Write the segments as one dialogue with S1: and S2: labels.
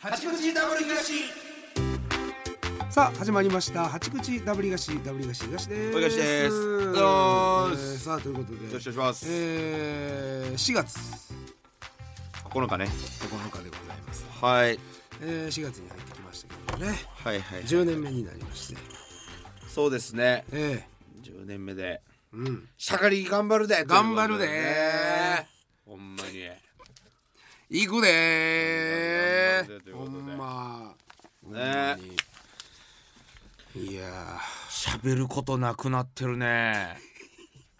S1: 八口ダブル東
S2: さあ始まりました八口ダブリガシダブリガシ東です。
S1: お願いします
S2: えーさあということ
S1: よろしくお願い
S2: で、
S1: します、
S2: えー、4月
S1: 9日ね
S2: 9日でございます。
S1: はい
S2: えー、4月に入ってきましたけどもね、
S1: はいはい
S2: 10年目になりまして、
S1: そうですね
S2: え
S1: 10年目で
S2: ー、うん、
S1: しゃがり頑張るで
S2: 頑張るで
S1: ということでねほんまに
S2: 行くで
S1: 頑張るで
S2: ー、ほんま、
S1: ね
S2: ほんまにいや
S1: 喋ることなくなってるね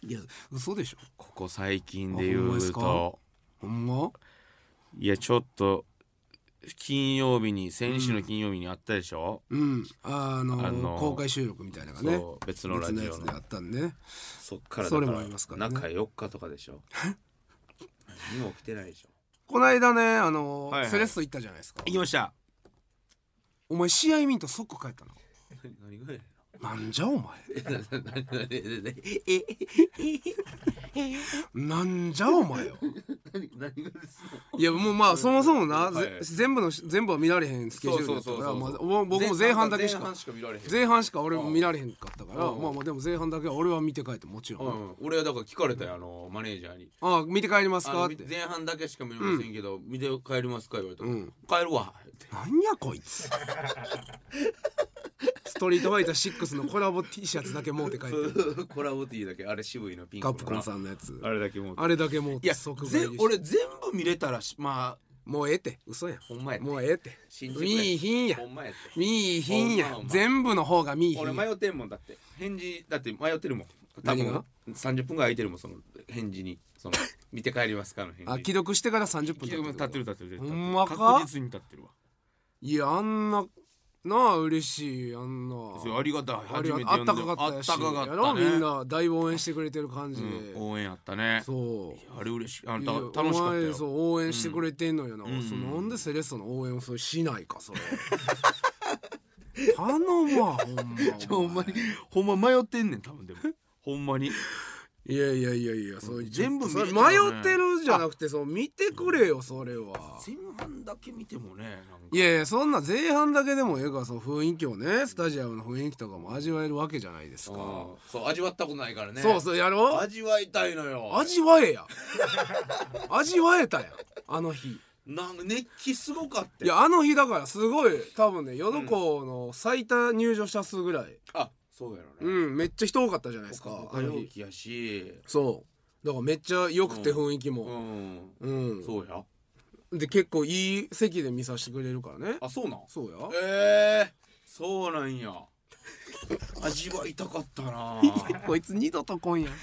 S2: ー、いや嘘でしょ。
S1: ここ最近
S2: で
S1: で
S2: 言うと
S1: 言うと
S2: ほんま？
S1: いやちょっと金曜日に先週の金曜日にあったでしょ、
S2: うん、あの
S1: あの
S2: 公開収録みたいなのがね、
S1: そう別のラジオの
S2: 別のやつであったんでね。
S1: そっからだ
S2: そ
S1: か
S2: れ
S1: ら
S2: もありますからね
S1: 中4日とかでし ょ何も起きてないでしょ
S2: この間ねあの、
S1: はいはい
S2: セレッソ行ったじゃないですか
S1: 行きました
S2: お前試合見んと即帰ったの
S1: 何がやねん
S2: なんじゃお前
S1: え
S2: なんじゃお 前よ
S1: 何何がです
S2: いやもうまあそもそもな、
S1: はい
S2: ぜ全部の全部は見られへんスケジュールだったからまあお僕も前半だけしか
S1: 見られへん
S2: 前半しか俺も見られへんかったから
S1: うん
S2: まあまあでも前半だけは俺は見て帰ってもちろん、
S1: うん、俺はだから聞かれたよあのマネージャーに
S2: ああ見て帰ります
S1: あ
S2: か
S1: の
S2: って
S1: 前半だけしか見れませんけど、見て帰りますか言われた、
S2: うん
S1: 帰るわって
S2: なんやこい つストリートファイター6のコラボ T シャツだけ持って帰ってる
S1: コラボティーだけあれ渋いのピンク
S2: カ
S1: の
S2: プコンさんのやつ
S1: あれだけもう
S2: あれだけ持っ
S1: いや
S2: て即帰り
S1: ぜ
S2: して
S1: 俺全部見れたらしまあ
S2: もうええって嘘やん
S1: ほんまや
S2: もうええって
S1: 信じてくれ
S2: 見いひんや
S1: ほんまやって
S2: 見いひん
S1: ほんま
S2: や
S1: ほんま
S2: 全部の方が見いひん
S1: 俺
S2: や
S1: 迷ってんもんだって返事だって迷ってるもん多
S2: 何が
S1: 分30分ぐらい空いてるもんその返事にその見て帰りますかの返
S2: あ
S1: 事
S2: 既読してから30分
S1: 立ってる立ってる立ってる
S2: ほんまか
S1: 確実に立ってるわ
S2: いやあんななあ嬉しいあんな
S1: そうありがたい
S2: あ
S1: 初
S2: れ
S1: め
S2: は
S1: て
S2: あ
S1: 呼
S2: っ
S1: んで
S2: たかかったし
S1: あったかか
S2: や
S1: った
S2: ろ
S1: ね
S2: みんなだいぶ応援してくれてる感じで、
S1: うん応援あったね
S2: そう
S1: あれ嬉しいあ
S2: い
S1: ん
S2: や
S1: た楽しかった
S2: お前そ
S1: よ
S2: う応援してくれてんのよな、
S1: うん
S2: そのなんでセレッソの応援をそれしないか それ頼むわほんま
S1: ほんまにほんま迷ってんねん多 分でもほんまに
S2: いやいやいやいやそう
S1: 全部見
S2: そ
S1: れ
S2: れ
S1: た
S2: 迷
S1: らね
S2: ってるじゃなくてそう見てくれよそれは
S1: 前半だけ見てもねなんか
S2: いやいやそんな前半だけでもええからその雰囲気をねスタジアムの雰囲気とかも味わえるわけじゃないです
S1: う
S2: か、
S1: んそう味わったことないからね
S2: そうそうやろ
S1: 味わいたいのよ
S2: 味わえや味わえたやんあの日
S1: なんか熱気すごかった
S2: いやあの日だからすごい多分ね淀港の最多入場者数ぐらい
S1: あそうやろね
S2: うん、めっちゃ人多かったじゃないです
S1: ほか
S2: か
S1: ほ
S2: あ
S1: か
S2: の
S1: 陽
S2: 日
S1: 気やし
S2: そうだからめっちゃ良くて
S1: うん
S2: 雰囲気
S1: う
S2: も
S1: ん
S2: うん、
S1: そうや
S2: で結構いい席で見させてくれるからね
S1: あそうなん
S2: そうや
S1: ええそうなんや味わいたかったな
S2: こいつ二度と来 んやん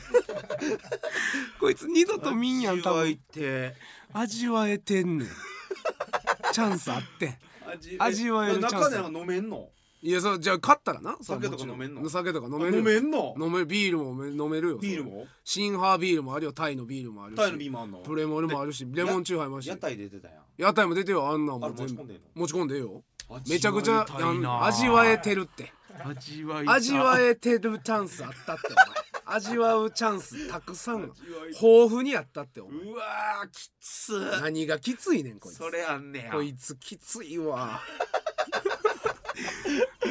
S2: こいつ二度と見んやん多
S1: 味わい
S2: 分
S1: て
S2: 味わえてんねんチャンスあってん
S1: 味
S2: 味わえるチャンス
S1: 中でなんか飲めんの
S2: いやそうじゃあ勝ったらなそう
S1: 酒とか
S2: もちろ
S1: 飲めんの
S2: 酒とか飲
S1: 飲
S2: め
S1: め
S2: る
S1: んの
S2: 飲めるビールもめ飲めるよ
S1: ビール
S2: それ
S1: も
S2: シンハービールもあるよタイのビールもあるし
S1: タイのビールもあんの
S2: プレモルもあるしレモンチューハイもあるし
S1: 屋台出てたやん
S2: 屋台も出てよあんなん
S1: あ
S2: も
S1: れ
S2: 全
S1: 持ち
S2: 部
S1: 込んでんの
S2: 持ち込んでええよめちゃくちゃ
S1: 味わいたいな
S2: 味わえてるって
S1: 味わいたい
S2: 味わえてるチャンスあったってお前味わうチャンスたくさん
S1: 味わい
S2: 豊富にあったってお前
S1: うわーきつ
S2: 何がきついねんこいつ
S1: それあんねや
S2: こいつきついわ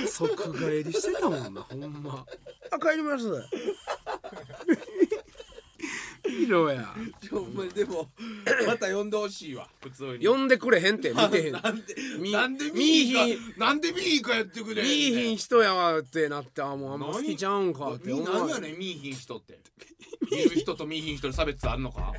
S2: 即帰りしてたもんなほんまあ帰りますいろや
S1: ほんまにで もまた呼んでほしいわ普通に
S2: 呼んでくれへんって見てへん
S1: なんで
S2: み
S1: なんで
S2: 見
S1: ミ
S2: いひ
S1: ー
S2: ん
S1: ヒンなんでミーヒンかやってくれ
S2: 見いひん人やわってなってあもうあんま好きちゃうんかって
S1: み
S2: 思
S1: なん
S2: わ
S1: やねんミーヒン 人って見る人とミーヒン人に差別あんのか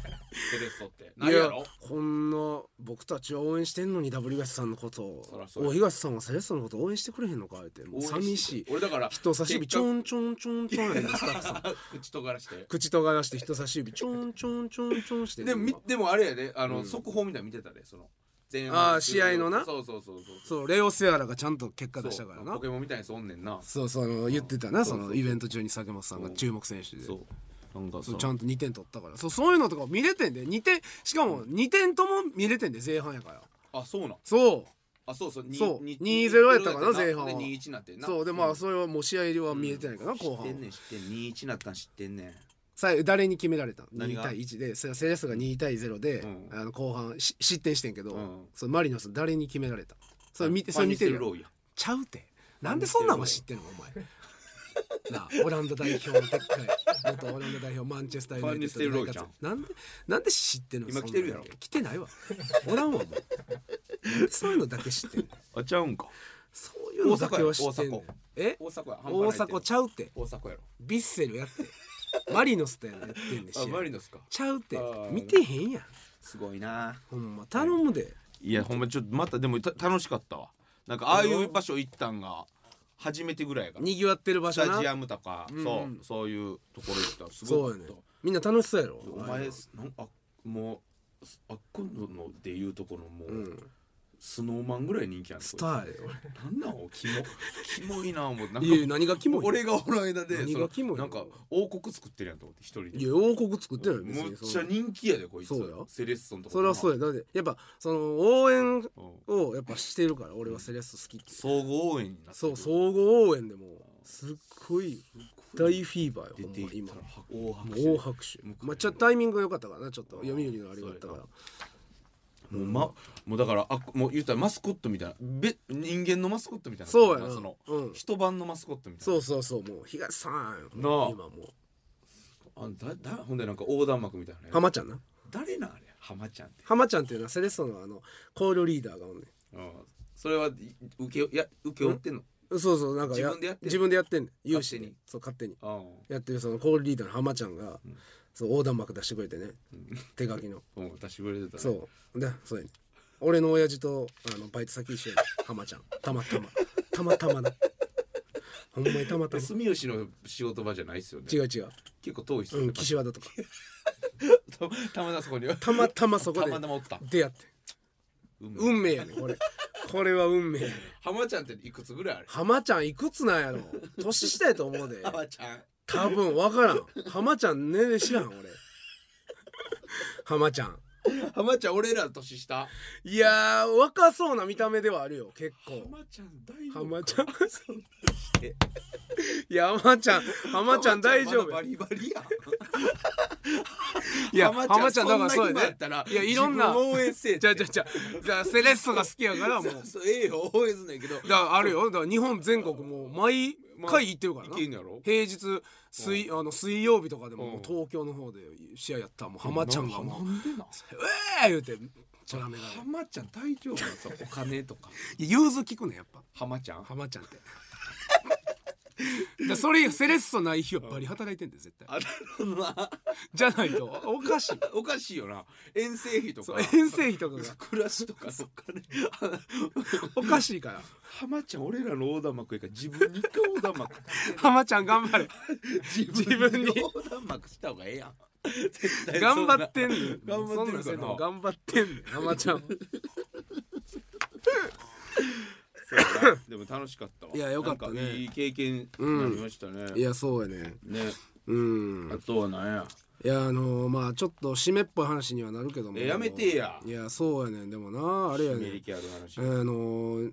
S1: セレッソってないんや
S2: や
S1: ろ
S2: こんな僕たちを応援してんのにダブル東さんのこと
S1: そら
S2: を
S1: そうや
S2: 大東さんはセレッソのこと応援してくれへんのかってもう寂しい
S1: 俺だから
S2: 人差し指ちょ
S1: ん
S2: んちょんちょんちょんやねんスタッフさん
S1: 口とがらして
S2: 口尖らして人差し指ちょんちょんちょんちょんしてんね
S1: で
S2: ん
S1: もみ
S2: 今
S1: でもあれやであの、速報みたいなの見てたでその前半
S2: あー試合のな
S1: そうそうそうそう
S2: そうレオ・セアラがちゃんと結果
S1: そう
S2: 出したから
S1: ポ
S2: な
S1: ケモンみたいなやつおんねんな
S2: そうその言ってたな
S1: そ
S2: そう
S1: そう
S2: のイベント中に酒本さんが注目選手で
S1: そうなんか
S2: そ
S1: そう
S2: ちゃんと2点取ったからそうそういうのとか見れてんで2点しかも2点とも見れてんで前半やから
S1: あそうなん
S2: そう
S1: あそうそうに
S2: そう
S1: に
S2: 2-0やったかな前半は
S1: で2-1なってんな
S2: そうでまあそれはもう試合は見えてないかな、後半
S1: 知
S2: は
S1: ってんねん知ってん2-1なったん知ってんねん
S2: さあ誰に決められたの
S1: 何
S2: 2
S1: が
S2: 対1でセセレッソが2対0で、
S1: うん
S2: あの後半し失点してんけど、
S1: うん
S2: そのマリノス誰に決められたそれ見てそれ見てる
S1: ファニーセルローや
S2: ちゃうてなんでそんなんは知ってるのお前 なあオランダ代表のでっかい元オランダ代表マンチェスター・ユナイテッドの大活躍なんでなんで知ってんの
S1: 今
S2: そんな
S1: 来て
S2: の
S1: るやろ
S2: 来てないわおらんわもうなんでそういうのだけ知ってんの
S3: あちゃうんか
S2: そういうのだけは知ってんの
S1: 大阪や
S2: え
S1: 大阪や半
S2: 大
S1: 端ないって
S2: 阪ちゃうて
S1: 大阪やろ
S2: ヴィッセルやってマリノスとやってんねん試合
S1: あマリノスか
S2: ちゃうて
S1: あー
S2: 見てへんやん
S1: すごいな
S2: ほんま頼むで
S3: いやほんまちょっとまたでもた楽しかったわなんかああいう場所行ったんが初めてぐらいやから
S2: にぎわってる場
S3: ス
S2: 所
S3: タ
S2: な
S3: ジアムとか、そうそういうところ行ったらす
S2: そ
S3: ご
S2: う
S3: い
S2: やねんみんな楽しそうやろ
S1: お前なんあもうすあっこののでいうとこのもう、スノーマンぐらい人気ある
S2: スターやよ
S1: なんなんおキモ
S3: キモいな思うなんか
S2: いやいや何がキモい
S3: 俺がおる間で
S2: 何
S3: そ
S2: がキ
S3: の
S2: モい
S3: なんか王国作ってるやんと思って一人で
S2: いや王国作ってないよ別
S1: む
S2: に
S1: っ
S2: そ
S1: ちゃ
S2: の
S1: 人気やでこいつ
S2: そうや
S1: セレッソンとか
S2: それはそう
S1: や
S2: やだってやっぱその応援
S3: うん
S2: をやっぱしてるから俺はセレッソ好きって
S3: 総合応援になって
S2: そ
S3: る
S2: う総合応援でもうすっごい大フィーバー
S1: 出
S2: よ
S1: て
S2: ほんま
S1: いっ
S2: 今
S1: たらは大拍手
S2: 大拍手
S1: もう
S2: まあちょっとタイミングが良かったからなちょっと
S1: うん
S2: 読売のあれがあったから
S3: もう,、ま、もうだからあもう言ったらマスコットみたいなべ人間のマスコットみたいな
S2: そうやな
S3: その、
S2: うん
S3: 一晩のマスコットみたいな
S2: そうそうそうもう東さん
S3: なあ
S2: 今も
S1: あだだほんでなんか横断幕みたいな
S2: う
S1: ね
S2: 浜ちゃんな
S1: 誰なんあれ浜ちゃんって、
S2: 浜ちゃんっていうのはセレッソのあのコールリーダーがおんねん
S1: うん、それはい受けや受け負ってんの
S2: そうそうなんか
S1: 自分でやってんの
S2: 自分でやってんねん有志
S1: 勝手
S2: に
S1: に
S2: そう勝手に
S1: あ
S2: やってるそのコールリーダーの浜ちゃんが、そう横断幕出してくれてね、手書きの
S1: あうん出してくれてたね
S2: そうでそうやね俺の親父とあのバイト先一緒やね浜ちゃんたまたまたまたまなほんまにたまたま
S1: 住吉の仕事場じゃないっすよね
S2: 違う違う、
S1: 結構遠いっすよ
S2: う
S1: ね、
S2: ん、岸和田とか
S1: たたまたまそこに
S2: たまたまそこで
S3: たまたまおった
S2: 出会って運命やねこれこれは運命やね
S1: 浜ちゃんっていくつぐらいあれ
S2: 浜ちゃんいくつなんやろ年下やと思うで
S1: 浜ちゃん
S2: 多分分からん浜ちゃんね知らん俺浜ちゃん
S1: 浜ちゃん俺ら年下
S2: いやー若そうな見た目ではあるよ結構
S1: 浜ちゃん大丈夫
S2: 浜ちゃん
S1: そんなして
S2: いや浜ちゃん浜ちゃん大丈
S1: 浜
S2: 夫
S1: ちゃんまだバリバリやん
S2: いや
S1: 浜ちゃん
S2: 浜ちゃんだから
S1: そ
S2: そ
S1: ん
S2: う
S1: な暇
S2: や
S1: や
S2: ね
S1: ったら
S2: いやいろんな
S1: 自分応援せえって
S2: じゃあじゃあじゃあじゃあセレッソが好きやからもうだか
S1: そうそうええよ応援すんねんけど
S2: らあるよだから日本全国もう毎回行ってるからな
S1: 行けんやろ
S2: 平日水あの水曜日とかでも
S1: うん
S2: もう東京の方で試合やったらもう浜ちゃんがもう
S1: なんでな
S2: 「ええ!」言うてちょらめがね
S1: 浜ちゃん大丈夫なんですよお金とか
S2: いや融通聞くねやっぱ
S1: 浜ちゃん
S2: 浜ちゃんって だからそれ以外セレッソない日はバリ働いてんだよ絶対
S1: あなるほどな
S2: じゃないとおかしい
S1: おかしいよな遠征費と
S2: そ
S1: か
S2: う遠征費とかが
S1: 暮らしとかそっかね
S2: おかしいから
S1: 浜ちゃん俺らの横断幕やから自分に一回横断幕
S2: 浜ちゃん頑 張れ
S1: 自
S2: 分に
S1: 横断幕した方がええやん絶対そ
S2: 頑
S1: んな
S2: 張ってんねん
S1: 頑張っ
S2: そ
S1: てるから
S2: んなんせんで
S1: な
S2: も頑張ってんねん浜ちゃん
S1: そうやなでも楽しかったわ
S2: いやよかったね
S1: なんいい経験になりましたね、
S2: いやそうやね
S1: ね
S2: うん
S1: あとはなんや
S2: いやあのーまあちょっと締めっぽい話にはなるけども
S1: えやめてや
S2: いやそうやねんでもなあれやね
S1: メ
S2: ん
S1: リキある話
S2: あのー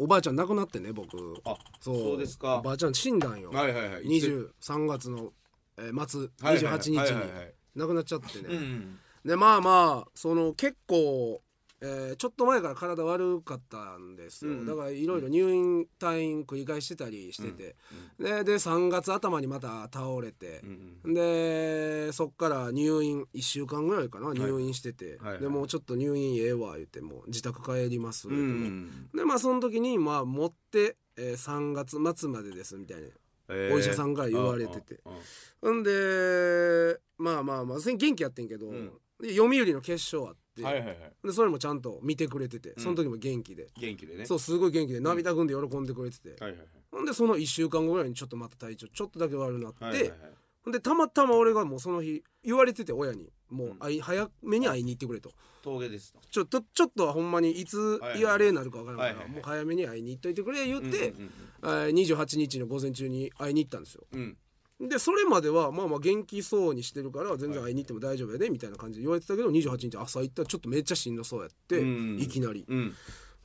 S2: おばあちゃん亡くなってね僕
S1: あそうですか
S2: おばあちゃん死んだんよ、
S1: はいはいはい
S2: 23月の、えー末
S1: はいはいはい
S2: 28日に
S1: はいはいはい
S2: 亡くなっちゃってね、
S1: うん
S2: でまあまあその結構、えーちょっと前から体悪かったんですよ、
S1: うん
S2: だからいろいろ入院退院繰り返してたりしてて、でで3月頭にまた倒れて
S1: うんう、ん
S2: でそっから入院1週間ぐらいかな入院してて、
S1: はいはい
S2: でもうちょっと入院ええわ言ってもう自宅帰ります、
S1: うん
S2: でまあその時にまあ持って、えー3月末までですみたいな
S1: えー
S2: お医者さんから言われてて
S1: あああ
S2: んでまあまあまあ全に元気やってんけど、
S1: うん
S2: で読売の決勝あって、
S1: はいはいはい
S2: でそれもちゃんと見てくれててその時も元気で、
S1: 元気でね
S2: そうすごい元気で涙ぐんで喜んでくれてて、
S1: はいはいはい
S2: ほんでその1週間後ぐらいにちょっとまた体調ちょっとだけ悪くなって、
S1: はいはいはい
S2: ほんでたまたま俺がもうその日言われてて親にもう
S1: うん
S2: 会い、早めに会いに行ってくれと
S1: 峠ですと
S2: ちょっとちょっとはほんまにいつ
S1: はいはい
S2: いやあれになるかわからんから、
S1: はいはいはい
S2: もう早めに会いに行っといてくれ言って、
S1: うんうん
S2: えー28日の午前中に会いに行ったんですよ
S1: うんうん
S2: でそれまではまあまあ元気そうにしてるから全然会いに行っても大丈夫やでみたいな感じで言われてたけど28日朝行ったらちょっとめっちゃしんどそうやって、
S1: うん
S2: いきなり、
S1: うん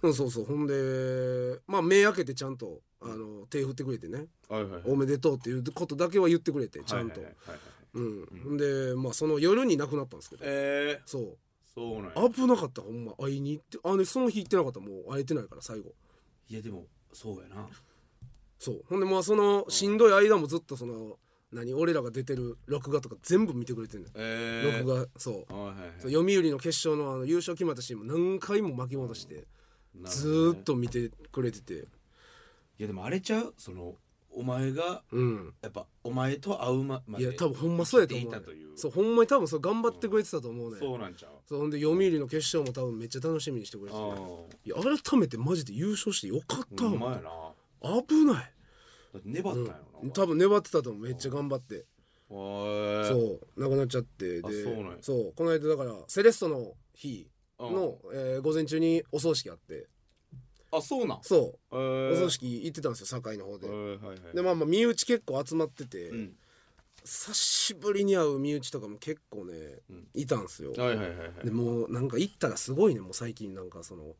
S2: うん、そうそうほんでまあ目開けてちゃんとあの手振ってくれてね
S1: はいはいはい
S2: 「おめでとう」っていうことだけは言ってくれてちゃんと、
S1: はいはいはいはい
S2: うん、ほんでまあその夜に亡くなったんですけど
S1: えー
S2: そう
S1: そうなんや
S2: 危なかったほんま会いに行ってあでその日行ってなかったらもう会えてないから最後
S1: いやでもそうやな
S2: そうほんでまあそのしんどい間もずっとその何俺らが出てる録画とか全部見てくれてんのよ、
S1: ええー、
S2: 録画そう
S1: 画はいはいはい
S2: そう読売の決勝のあの優勝決まったシーンも何回も巻き戻して
S1: なるほ
S2: ず
S1: どね
S2: ーっと見てくれてて
S1: いやでもあれちゃうそのお前が
S2: うん
S1: やっぱお前と会うまま
S2: い
S1: で
S2: や多分ほんまそうやと思う,、
S1: 生きていたという
S2: そうほんまに多分そう頑張ってくれてたと思うね、
S1: そうなんちゃう
S2: そうほんで読売の決勝も多分めっちゃ楽しみにしてくれてて
S1: あ
S2: いや改めてマジで優勝してよかった
S1: あ
S2: わ
S1: うまいなだ
S2: 危ない
S1: って粘ったんやろな
S2: 多分粘ってたと思うめっちゃ頑張って
S1: おい
S2: そうなくなっちゃってで
S1: あそうなんや
S2: そうこの間だからセレッソの日の、えー午前中にお葬式あって
S1: うんあそうなん
S2: そ
S1: え
S2: う
S1: ー
S2: お葬式行ってたんですよ堺の方で
S1: はいはいはい
S2: でまあまあ身内結構集まってて、
S1: うん
S2: 久しぶりに会う身内とかも結構ね、
S1: うん
S2: いたんすよ、
S1: はいはいはいはい
S2: でもうなんか行ったらすごいねもう最近なんかその
S1: うん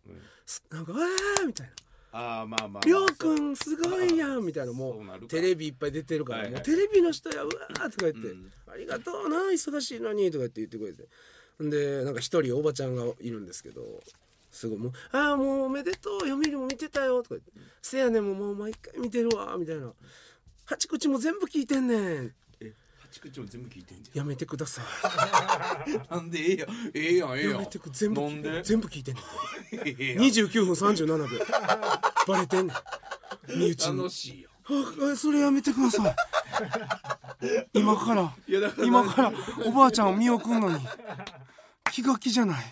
S2: すなんか「えー!」みたいな
S1: ああまあまあまあ
S2: りょうくんすごいやんみたいなも
S1: そうなる
S2: う
S1: か
S2: テレビいっぱい出てるから、
S1: はいはい
S2: もうテレビの人やうわーとか言って「
S1: うん
S2: ありがとうな忙しいのに」とか言って言ってくれてでなんか一人おばちゃんがいるんですけどすごいもう「ああもうおめでとう読売も見てたよ」とか言って「せやねんもうもう毎回見てるわ」みたいな「八口も全部聞いてんねん
S1: え八口も全部聞いてんじ
S2: やめてください」
S1: ゃんなんでええやんええやんええや
S2: やめ
S1: ん
S2: てく全部
S1: なんで
S2: 全部聞いてんねん
S1: ええやん
S2: 29分37秒バレてんねん身内に
S1: 楽しいよ
S2: あそれやめてください今から
S1: いやだから
S2: 今からおばあちゃんを見送るのに気が気じゃない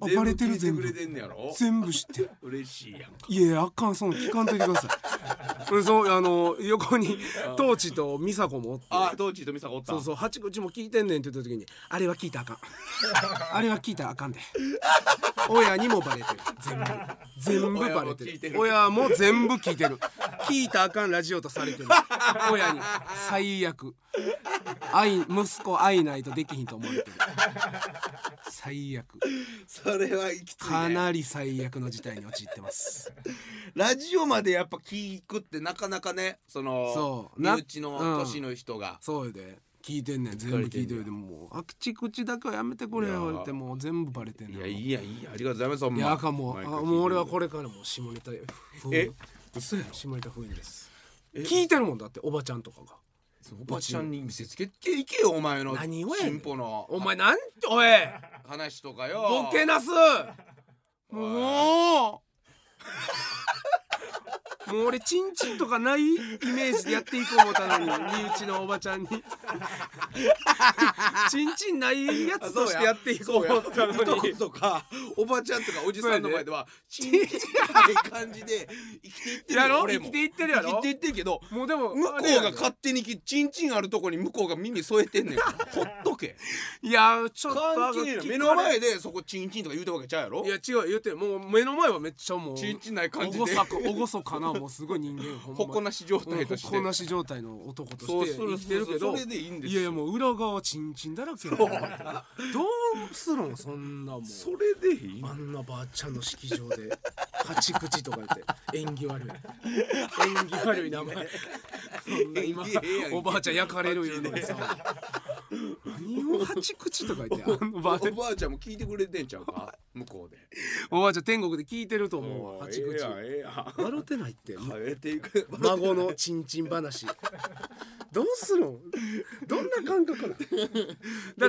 S2: あバレてる全
S1: 全
S2: 部
S1: 部聞いてくれてんねやろ
S2: 全部知ってる
S1: 嬉しいやんか
S2: いやいやあかんその聞かんといてください俺そうあの横にトーチと美佐子もおって
S1: あ当時と美佐子おった
S2: そうそう八口も聞いてんねんって言った時にあれは聞いたらあかん あれは聞いたらあかんで親にもバレてる全部全部バレてる
S1: 親も聞
S2: 親も
S1: いてる
S2: 全部聞いてる聞いたらあかんラジオとされてる親に最悪愛息子会いないとできひんと思われてる最悪
S1: それはきつ
S2: か
S1: いね
S2: なり最悪の事態に陥ってます
S1: ラジオまでやっぱ聞くってなかなかねその
S2: そう
S1: 身
S2: な
S1: 内の年の人が、
S2: そうやで聞いてんねん全部聞いてるでもうあ口口だけはやめてくれよってもう全部バレてんねん
S1: いやいいやいいやありがとうございますほん
S2: い
S1: ま
S2: やあかんもうあ
S1: 毎回聞いて
S2: もう俺はこれからもう下ネタ風
S1: え嘘やろ
S2: 下ネタ風にです聞いてるもんだっておばちゃんとかが
S1: おばちゃんに見せつけていけよお前の
S2: 何をやねん
S1: 進歩の
S2: お前なんおい
S1: 話とかよ
S2: ボケなすもうもう俺チンチンとかないイメージでやっていこう思ったのに身内のおばちゃんに チンチンないやつとしてやっていこう思ったの
S1: そうやい
S2: に
S1: とことかおばちゃんとかおじさんの前ではちんちんい感じで生きていってる
S2: やろ
S1: 俺も
S2: 生きていってるやろ
S1: 生きていってるけど
S2: もうでも
S1: 向こ
S2: あれや
S1: うが
S2: ね
S1: 勝手にきちんちんあるとこに向こうが耳添えて んねんからほっとけ
S2: いやちょっと
S1: 関係ない目の前でそこちんちんとか言うたわけちゃうやろ
S2: いや違う言ってるもう目の前はめっちゃもう
S1: ちんちんない感じ
S2: おご
S1: で
S2: さかおごそかなもうすごい人間ほんま
S1: ほこなし状態として
S2: ほこなし状態の男と
S1: そう
S2: して
S1: そうそう
S2: 生きてるけど
S1: それでいいんですよ
S2: やいやもう裏側チンチンだらけやからどうするのそんなもう
S1: それでいい
S2: あんなばあちゃんの式場で八口とか言って縁起悪い縁起悪い名前そんな今
S1: 縁起ええやんけ
S2: おばあちゃん焼かれるいうの にさ何を八口とか言ってあの
S1: お
S2: ばあちゃん
S1: ばあちゃんも聞いてくれてんちゃうか向こうで
S2: おばあちゃん天国で聞いてると思うわ八
S1: ええ
S2: 口
S1: やんええやん
S2: 笑ってないって
S1: 変えて いく
S2: 孫のちんちん話どうするんどんな感覚なの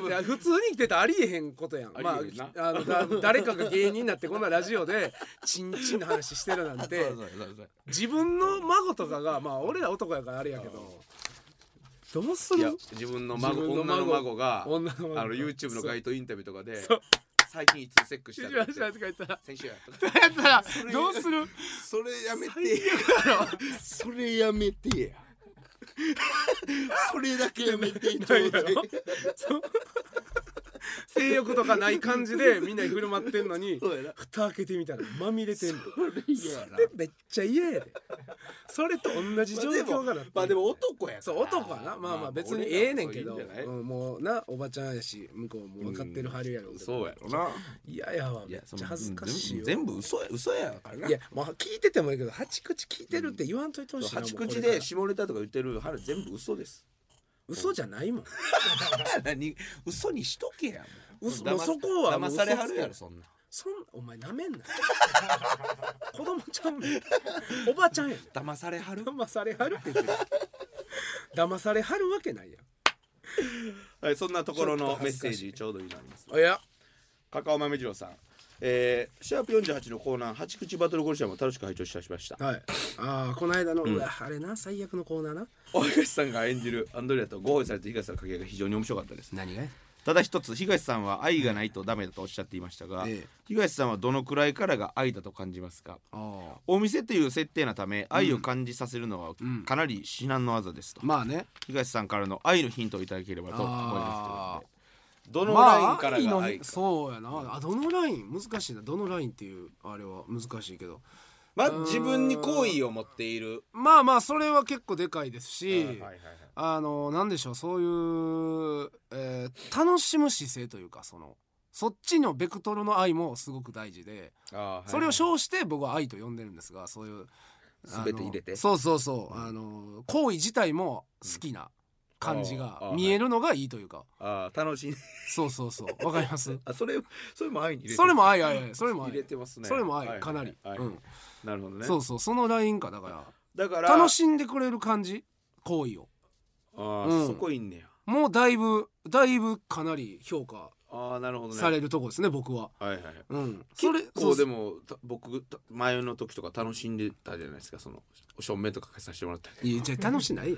S2: だって普通に生きてたらありえへんことやん
S1: あ
S2: ま
S1: りえへんな
S2: ああのだ誰かが芸人になってこんなラジオでちんちんの話してるなんて
S1: そうそうそうそう
S2: 自分の孫とかがまあ俺ら男やからあれやけどどうす
S1: いや
S2: る
S1: 自分の
S2: 自
S1: 孫
S2: 分の孫
S1: 女の孫が
S2: 女の孫
S1: あの YouTube の街頭インタビューとかで
S2: そう
S1: 最近いつセックス
S2: ち
S1: し
S2: ん
S1: た
S2: ちん
S1: と
S2: 話と
S1: か
S2: か言ったら
S1: 先週やとか
S2: やったらどうする
S1: それやめて それやめてやそれだけやめ てちょうだい
S2: そう性欲とかない感じでみんなに振る舞ってんのに
S1: そうやな
S2: 蓋開けてみたらまみれてんの
S1: 嫌やな
S2: それめっちゃ嫌やでそれと同じ
S1: まあ
S2: 状
S1: で
S2: 況
S1: も
S2: がなってる
S1: まあでも男やから
S2: そう男はなまあまあ別にええねんけど
S1: 俺らはそういいんじゃない
S2: うんもうなおばちゃんやし向こうも分かってるはるやろけど
S1: そうやろない
S2: ややわめっ
S1: そ
S2: ち
S1: の
S2: ゃ恥ずかしいよ
S1: 全部嘘や嘘やからない
S2: やもう聞いててもいいけど八口聞いてるって言わんといてほしいな
S1: 八
S2: もうこ
S1: 口
S2: れから
S1: で下ネタとか言ってる腹全部嘘です
S2: 嘘じゃないもん
S1: 何嘘にしとけやもう
S2: 嘘
S1: 騙
S2: もうそこはもう
S1: 騙
S2: 嘘
S1: されはるやろ
S2: つけ
S1: そんな
S2: そんお前なめんな子供ちゃんねんおばあちゃんやねん
S1: 騙されはる
S2: 騙されはるって言ってる騙されはるわけないやん
S1: はいそんなところのメッセー
S2: ちょ
S1: ジちょうどいいのあります
S2: いや
S1: カカオ豆次郎さんえー、シャープ48のコーナー「八口バトルゴリシャム」も楽しく拝聴いたしました
S2: はいああこの間の、うわあれな最悪のコーナーな
S1: 大東さんが演じるアンドレアと合意された東さんの掛け合いが非常に面白かったです
S2: 何が
S1: ただ一つ東さんは愛がないとダメだとおっしゃっていましたが、
S2: ええ
S1: 東さんはどのくらいからが愛だと感じますか
S2: ああ
S1: お店という設定なため愛を感じさせるのは
S2: うん
S1: かなり至難の技ですと、
S2: まあね
S1: 東さんからの愛のヒントをいただければと思い
S2: あ
S1: ま
S2: ー
S1: すということでどの
S2: ま
S1: ライ
S2: あ
S1: ンからが
S2: 愛
S1: 愛
S2: の
S1: か、
S2: そうやなあどのライン難しいなどのラインっていうあれは難しいけど
S1: まあ
S2: うん
S1: 自分に好意を持っている
S2: まあまあそれは結構でかいですし、
S1: うんはいはいはい
S2: あのなんでしょうそういう、えー楽しむ姿勢というかそのそっちのベクトルの愛もすごく大事で、
S1: あーはいはい
S2: それを称して僕は愛と呼んでるんですがそういうあの
S1: 全て入れて
S2: そうそうそう、あの行為自体も好きな感じ
S1: あーあ
S2: が
S1: ー
S2: 見えるのがいいというか、
S1: あー楽しい
S2: そうそうそうわかります
S1: あそれそれも愛に入れて
S2: それも愛愛愛それも愛
S1: 入れてますね
S2: それも
S1: は
S2: 愛
S1: い
S2: かなり、
S1: はいはい
S2: うん
S1: なるほどね
S2: そうそうそのラインかだか
S1: だから
S2: ら楽しんでくれる感じ行為を
S1: あー、
S2: うん
S1: そこいんねや
S2: もうだいぶだいぶかなり評価
S1: ああなるほどね
S2: されるとこですね僕は
S1: はいはいはい
S2: うんそれ
S1: 結構で
S2: も
S1: もた僕た前の時とか楽しんでたじゃないですかその正面とかかけさせてもらったり
S2: いやじゃあ楽しないよ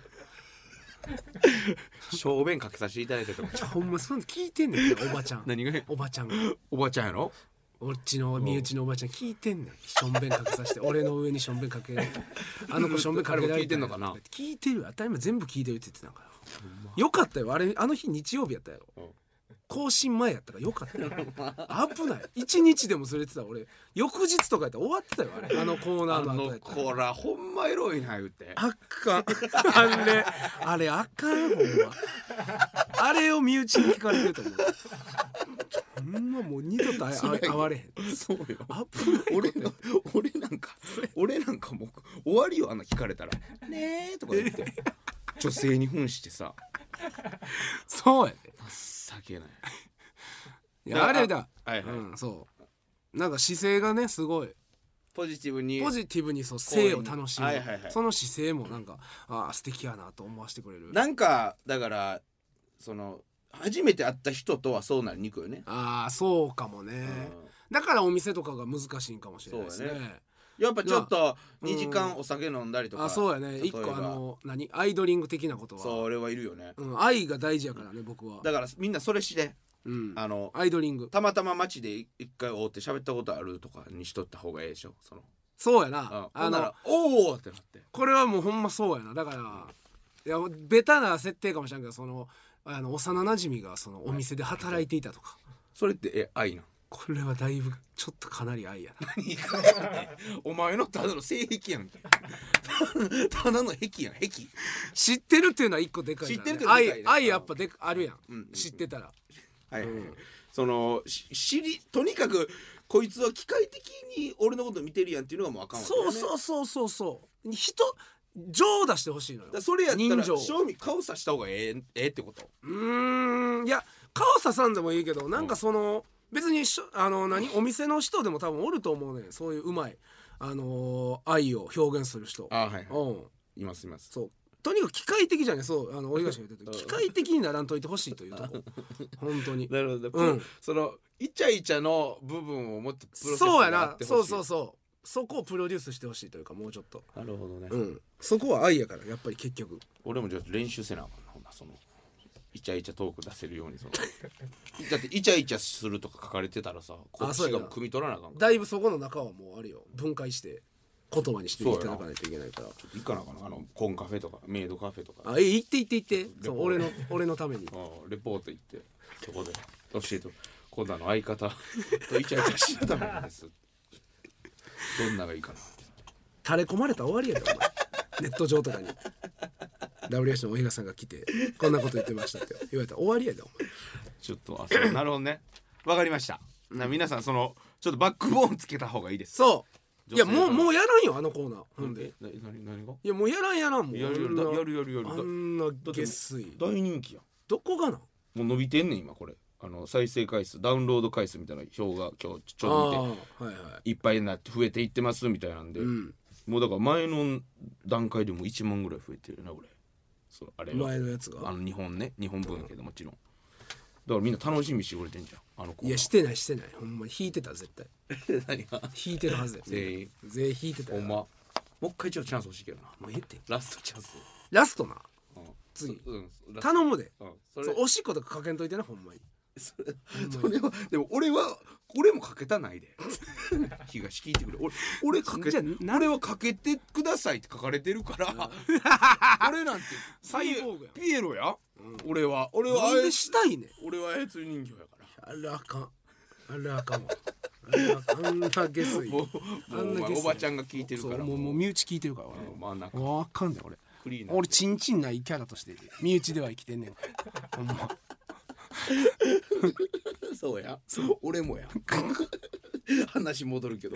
S1: 正面かけさせていただいたりとか
S2: じゃあほんまそんな聞いてんねんけどおばちゃん
S1: 何が
S2: おばちゃんが
S1: おばちゃんやろ
S2: 俺っちの身内のおばちゃん聞いてんねんしょんべんかけさ せて俺の上にしょんべんかけあの子しょんべんかけられた
S1: あれも聞いてんのかな
S2: 聞いてる当たり前全部聞いてるって言ってたからよかったよあれあの日日曜日やったやろ
S1: うん
S2: 更新前やったからよかったよ危ない一日でもずれてたら俺翌日とかやったら終わってたよあれあのコーナ
S1: あ
S2: ーの後や
S1: の
S2: ったら
S1: 子らほんまエロいな言うて
S2: あかんあれあれあかんほんまあれを身内に聞かれてると思うほんまもう二度とああ会われへん
S1: そうよ
S2: 危ない
S1: 俺の俺なんか俺なんかもう終わりよあんな聞かれたら「ねえ」とか言って女性に扮してさ
S2: そうやで
S1: 情けない
S2: いやあれだ
S1: はいはい、
S2: うんそうなんか姿勢がねすごい
S1: ポジティブに
S2: ポジティブにそう性を楽しむ、
S1: はいはいはい
S2: その姿勢もなんかああ素敵やなと思わせてくれる
S1: なんかだからその初めて会った人とはそうなりにくいよね、
S2: ああそうかもね、
S1: うん
S2: だからお店とかが難しいんかもしれないですね
S1: そうややっぱちょっと
S2: うん
S1: 2時間お酒飲んだりとか、
S2: あそうやね
S1: 例え
S2: 一
S1: ば
S2: 個あの何アイドリング的なことは
S1: それはいるよね
S2: うん、愛が大事やからね僕は、
S1: だからみんなそれして
S2: うん、
S1: あの
S2: アイドリング
S1: たまたま街で一回会って喋ったことあるとかにしとった方がええでしょその
S2: そうや
S1: あ
S2: な
S1: あ
S2: あ
S1: な
S2: の
S1: らおおってなって
S2: これはもうほんまそうやなだからいやベタな設定かもしれんけどそのあの幼なじみがそのお店で働いていたとか
S1: それってえ 愛な
S2: これはだいぶちょっとかなり愛やな
S1: お前のただの性癖やんけただの癖やん癖
S2: 知ってるっていうのは一個でかいから、ね、
S1: 知ってるっていうのはでかいね
S2: 愛愛やっぱでかあるやん、
S1: うんうん
S2: 知ってたら
S1: はい、はいはい
S2: うん
S1: そのし知りとにかくこいつは機械的に俺のこと見てるやんっていうのがもうあかんわけ
S2: そう
S1: う
S2: そうそうそうそう人情を出してほしいのよ
S1: だからそれやった
S2: 人
S1: ら
S2: 情
S1: 正味顔さした方がええええってこと
S2: うーんいや顔ささんでもいいけどなんかその、別にしょあの何お店の人でも多分おると思うねんそういううまい、あのー愛を表現する人
S1: あはい、はい、
S2: うん
S1: いますいます
S2: そうとにかく機械的じゃねそうあの俺が言ってた
S1: うん
S2: 機械的にならんといてほしいという とこ本当に
S1: なるほど、
S2: うん
S1: そのイチャイチャの部分をもっとプロセスに
S2: そうや
S1: な
S2: な
S1: ってほしい
S2: そうそうそうそこをプロデュースしてほしいというかもうちょっと
S1: なるほどね、
S2: うんそこは愛やからやっぱり結局
S1: 俺もちょっと練習せなあかんなほんならそのイチャイチャトーク出せるようにそのだってイチャイチャするとか書かれてたらさこっ
S2: そ
S1: ち
S2: うや
S1: が
S2: な
S1: 汲み取らなあかんから
S2: だいぶそこの中はもうあれよ分解して言葉にしていただかないといけないから
S1: 行かなあかんなあのコンカフェとかメイドカフェとか
S2: あえ行って行って行ってそう
S1: レポ
S2: 俺の俺のために
S1: ああレポート行ってそこで教えて今度あの相方とイチャイチャしなためなんですどんながいいかな
S2: 垂れ込まれたら終わりやでお前ネット上とかに WH の大東さんが来てこんなこと言ってましたって言われたら終わりやでお前
S1: ちょっとあそうなるほどねわかりましたな皆さんそのちょっとバックボーンつけた方がいいです
S2: そういや
S1: 女性
S2: もう
S1: の
S2: もうやらんよあのコーナーほんで
S1: えな何何が
S2: いやもうやらんやらんもう
S1: やるやる
S2: あんな
S1: だやるやるやるだ
S2: あんな下水
S1: 大人気や
S2: どこがなん
S1: もう伸びてんねん今これあの再生回数ダウンロード回数みたいな表が今日ち
S2: あ
S1: ょうど見
S2: あはいは
S1: ていっぱいになって増えていってますみたいなんで、
S2: いうん
S1: もうだから前の段階でも1万ぐらい増えてるなこれそうあれは
S2: 前のやつ
S1: あ
S2: が
S1: の日本ね日本分やけどもちろんだからみんな楽しみにしてくれてんじゃんあの子
S2: いやしてないしてないほんまに引いてた絶対
S1: 何が
S2: 引いてるはずだよ
S1: 全員
S2: 全員引いてた
S1: ほ
S2: よ
S1: んまもう一回ちょっとチャンス欲しいけどな
S2: もう言って
S1: ラストチャンス、
S2: ラストな
S1: うん、
S2: 次
S1: そうんラス
S2: 頼むで
S1: トうんそれ
S2: そうおしっことかかけんといてなほんまに
S1: それそれはでも俺は俺もかけたないで 東聞いてくれ俺俺かけ
S2: じゃ
S1: 俺はかけてくださいって書かれてるから俺なんて
S2: サイボーグやん
S1: ピエロや、俺は 俺は
S2: なん
S1: 操
S2: でしたいねん
S1: 俺は操り人形やから
S2: あらあかんあらあかんわあらあかんあんな下水
S1: もうもうお前おばちゃ
S2: ん
S1: んが聞いてるから
S2: もうもう身内聞いてるから俺
S1: もう真ん中
S2: わかんね俺
S1: クリーンな
S2: 俺チンチンないキャラとして身内では生きてんねんからほんま
S1: そうや俺 もや話戻るけど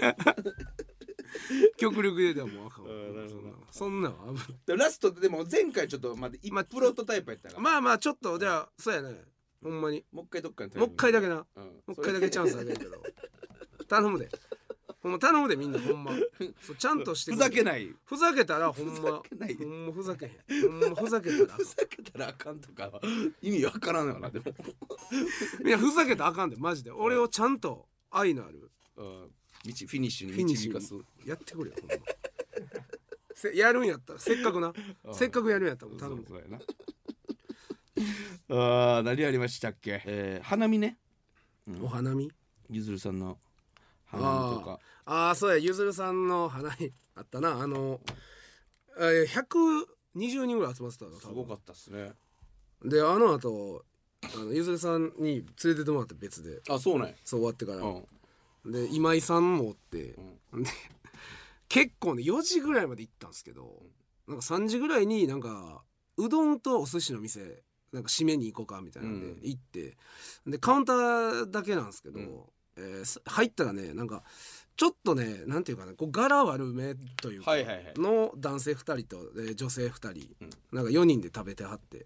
S2: 極力ででもわかんない
S1: あーなるほどな
S2: そんなんは危ない
S1: ラストでも前回ちょっとまだ今プロトタイプやったから、
S2: まあまあちょっとじゃあそうやねほんまに
S1: もう一回どっかに頼
S2: もう
S1: む
S2: 一回だけなも
S1: うん
S2: う一回だけチャンスあげるけど頼むでほんま頼むでみんなほんまそうちゃんとして
S1: ふざけ
S2: い
S1: ない
S2: ふざけたらほんま
S1: ふざけない
S2: ほんまふざけへんほんまふざけたらあかん
S1: ふざけたらあかんとか意味わからんよなでも、
S2: いやふざけたらあかんでマジで俺をちゃんと愛のある
S1: うん、道フィニッシュ
S2: フィ
S1: に
S2: ニッシ
S1: 導
S2: ュ
S1: かす
S2: やってくれよほんませやるんやったらせっかくな
S1: あ
S2: せっかくやるんやったら
S1: そう
S2: 頼む
S1: そうやな あー何ありましたっけ、えー、花見ね
S2: お花見
S1: ゆずるさんの花見とか
S2: ああそうやゆずるさんの花見あったなあのえー120人ぐらい集まってたの
S1: すごかったっすね
S2: であの後あのゆずるさんに連れてってもらって別で
S1: あそうね
S2: そう終わってか
S1: う
S2: ら、
S1: ん、うん、
S2: で今井さんもおって、で結構ね4時ぐらいまで行ったんですけどなんか3時ぐらいになんかうどんとお寿司の店なんか締めに行こうかみたいなんで
S1: うん
S2: 行って、でカウンターだけなんですけど、
S1: うん
S2: えーす入ったらねなんかちょっとねなんていうかなこう柄悪めというか、
S1: はいはいはい
S2: の男性2人と、えー女性2人、
S1: うん
S2: なんか4人で食べてはって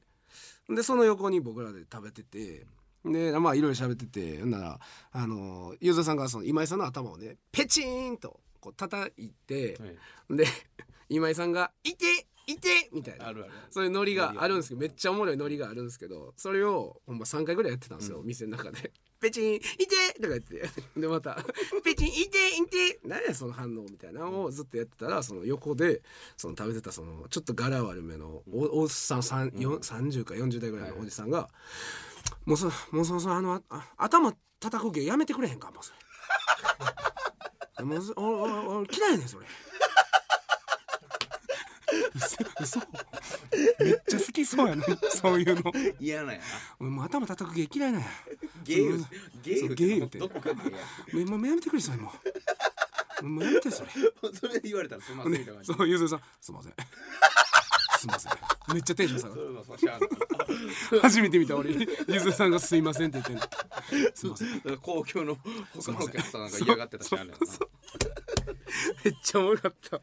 S2: でその横に僕らで食べててでまあいろいろ喋っててほんならあのーゆずるさんがその今井さんの頭をねペチーンとこう叩いて、
S1: はい
S2: で 今井さんが「いていて!」みたいな
S1: あるある
S2: そういうノリが
S1: ノリある
S2: あるんですけどめっちゃおもろいノリがあるんですけどそれをほんま3回ぐらいやってたんですよ、
S1: う
S2: 店の中で「ペチンいて!」とか言ってでまた「ペチンいていて!」何やその反応みたいなのをずっとやってたらその横でその食べてたそのちょっと柄悪めのおおっさんさんよん30か40代ぐらいのおじさんが「もうそもうそろそろあのああ頭叩く芸やめてくれへんかもうそれもうそおおお嫌いやねんそれ。 嘘めっちゃ好きそうやなそういうの
S1: 嫌 なんやな
S2: 俺もう頭叩く芸嫌いなんや
S1: ゲーム
S2: その
S1: ゲー
S2: そ
S1: ム
S2: うゲームって
S1: どこかでや
S2: もう今もうやめてくれそれもうもう やめてそれ
S1: それ言われたらすんませんみ
S2: で
S1: たいな感じ
S2: そうゆずるさんすいませんすいませんめっちゃテンション下が
S1: そ
S2: る
S1: れもそうしゃあない
S2: 初めて見た俺ゆずるさんがすいませんって言ってんのすいません
S1: だから公共の他のお客さんなんか嫌がってたしあれ
S2: めっちゃおもろかった、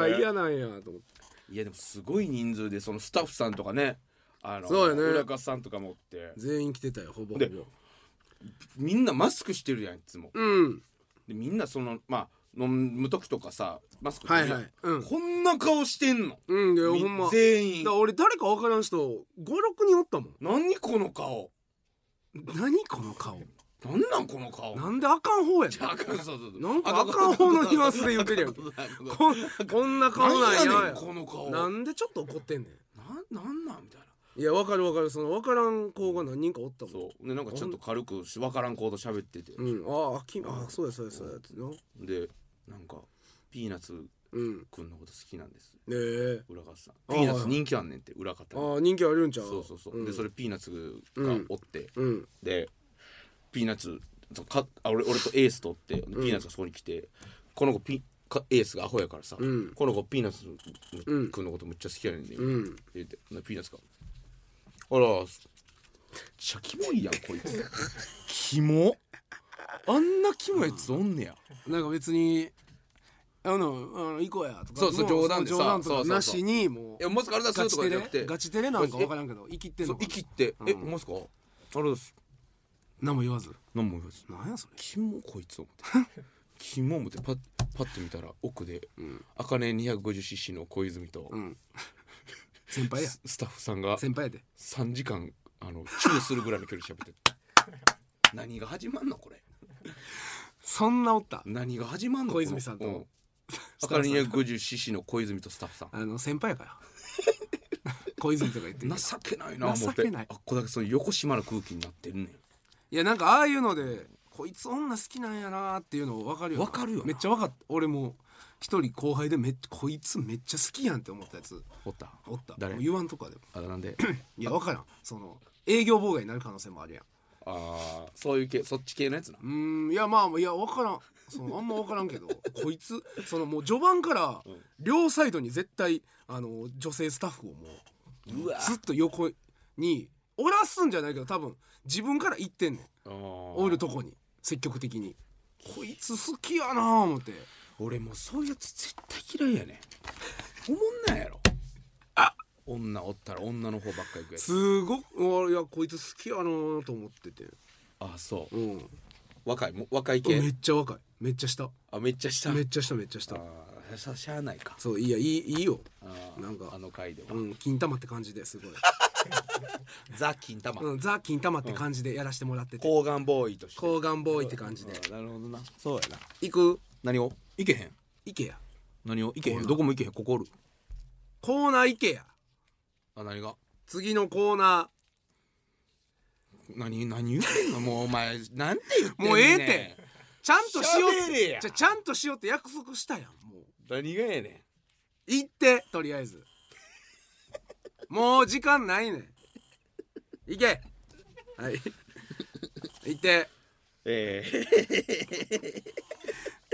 S2: あ嫌なんやと思って
S1: いやでもすごい人数でそのスタッフさんとかねあの
S2: そうやね
S1: 浦川さんとかもおって
S2: 全員来てたよほぼほ
S1: で
S2: ぼ
S1: みんなマスクしてるやんいつも
S2: うん
S1: でみんなそのまあ飲む時とかさマスクしてるや
S2: は
S1: ん
S2: いはいうん
S1: こんな顔してんの、
S2: うんいや
S1: み
S2: ほんまだか
S1: 全員
S2: ら俺誰か分からん人56人おったもん
S1: 何この顔
S2: 何この顔
S1: 何なんこの顔
S2: なんであかん方やねん
S1: あかんそうそうそう
S2: なんかあかん方のニュアンスで言ってるや んけこんこんな顔なんや
S1: 何やねんこの顔
S2: な
S1: なん
S2: んでちょっと怒ってんね
S1: なんなんみたいなん
S2: いやわかるわかるそのわからん子が何人かおったもん
S1: そうでなんかちょっと軽くしわからんこと喋ってて、
S2: うん、ああ君あそうやそうやそうやってな
S1: でなんかピーナッツ
S2: うん
S1: くんのこと好きなんです
S2: ねえ
S1: 浦方さん
S2: あ
S1: ピーナッツ人気あんねんって裏方に
S2: ああ人気あるんちゃう
S1: そうそうそう、
S2: ん、
S1: でそ
S2: れ
S1: れピーナッツがおって、
S2: うん
S1: でピーナッツそうかあ俺俺とエースとおってでピーナッツがそこに来て、この子ピかエースがアホやからさ、
S2: うん
S1: この子ピーナッツ
S2: うん
S1: くんのことめっちゃ好きやねんね、
S2: う
S1: って
S2: ん
S1: 言ってでピーナッツが「あらめっちゃキモいやんこいつキモあんなキモいやつおんねや」
S2: なんか別にあのあの行こうやとか
S1: そうそう
S2: も
S1: 冗談でさ
S2: その冗談と
S1: そうそう
S2: か
S1: そう
S2: なしにもう
S1: いやマスクあれだす
S2: ガ
S1: ると
S2: チ
S1: か
S2: テ
S1: じゃなく
S2: レ
S1: て
S2: ガチテレなんかわからんけど生きてん
S1: そ
S2: の
S1: う
S2: かな
S1: 生きて「え
S2: うん
S1: マスクあれです
S2: 何も言わず
S1: 何も言わず
S2: なんやそれ
S1: キモこいつ思ってキモ思ってパッパッて見たら奥で
S2: ん
S1: 「あかね 250cc の小泉と
S2: うん先輩や
S1: ススタッフさんが
S2: 先輩やで
S1: 3時間あのチューするぐらいの距離喋ってた 何が始まんのこれ
S2: そんなおった
S1: 何が始まんの
S2: 小泉さんと
S1: このうんあかね 250cc の小泉とスタッフさん
S2: あの先輩やから 小泉とか言ってるけど
S1: 情けないな思っ
S2: 情
S1: て
S2: けない
S1: あっこだけその横島な空気になってるねん
S2: いやなんかああいうのでこいつ女好きなんやなっていうの分かるよな
S1: わかるよな
S2: めっちゃ分かった俺も一人後輩でめっちゃこいつめっちゃ好きやんって思ったやつ
S1: おった
S2: おった
S1: 誰
S2: もう言わんとこはでも
S1: あなんで
S2: いや分からんその営業妨害になる可能性もあるやん
S1: ああそういう系そっち系のやつな
S2: うーんいやまあいや分からんそのあんま分からんけど こいつそのもう序盤から両サイドに絶対あの女性スタッフをも
S1: うわ
S2: うずっと横におらすんじゃないけど多分自分から言ってんねんおるとこに積極的にこいつ好きやなあ思って
S1: 俺もうそういうやつ絶対嫌いやねんおもんないやろ女おったら女の方ばっか行くやつ
S2: すごくあいやこいつ好きやなあと思ってて
S1: あそう
S2: うん
S1: 若いも若い系
S2: めっちゃ若いめっちゃ下
S1: あめっちゃ下
S2: めっちゃ下めっちゃ
S1: あ
S2: 下
S1: ーしゃしゃあないか
S2: そういやいいいいよ
S1: あー
S2: なんか
S1: あの回では、
S2: うん金玉って感じですごい、
S1: ザ・金玉、
S2: うん、ザ金玉って感じでやらしてもらってて
S1: 抗がんボーイとして
S2: 抗がんボーイって感じで
S1: あーなるほどなそうやな
S2: 行く
S1: 何をいけへん
S2: 行けや
S1: 何をいけへ
S2: コー
S1: ん
S2: ナー
S1: どこもいけへんここおる
S2: コーナー行けや
S1: あ何が
S2: 次のコーナ
S1: 何何言ってんのもうお前なんて言ってんねん
S2: もうええてーちゃんとしよ
S1: 喋れや
S2: うじゃちゃんとしようって約束したやんもう
S1: 何がやね
S2: 行ってとりあえずもう時間ないねん行けはい行って
S1: んえ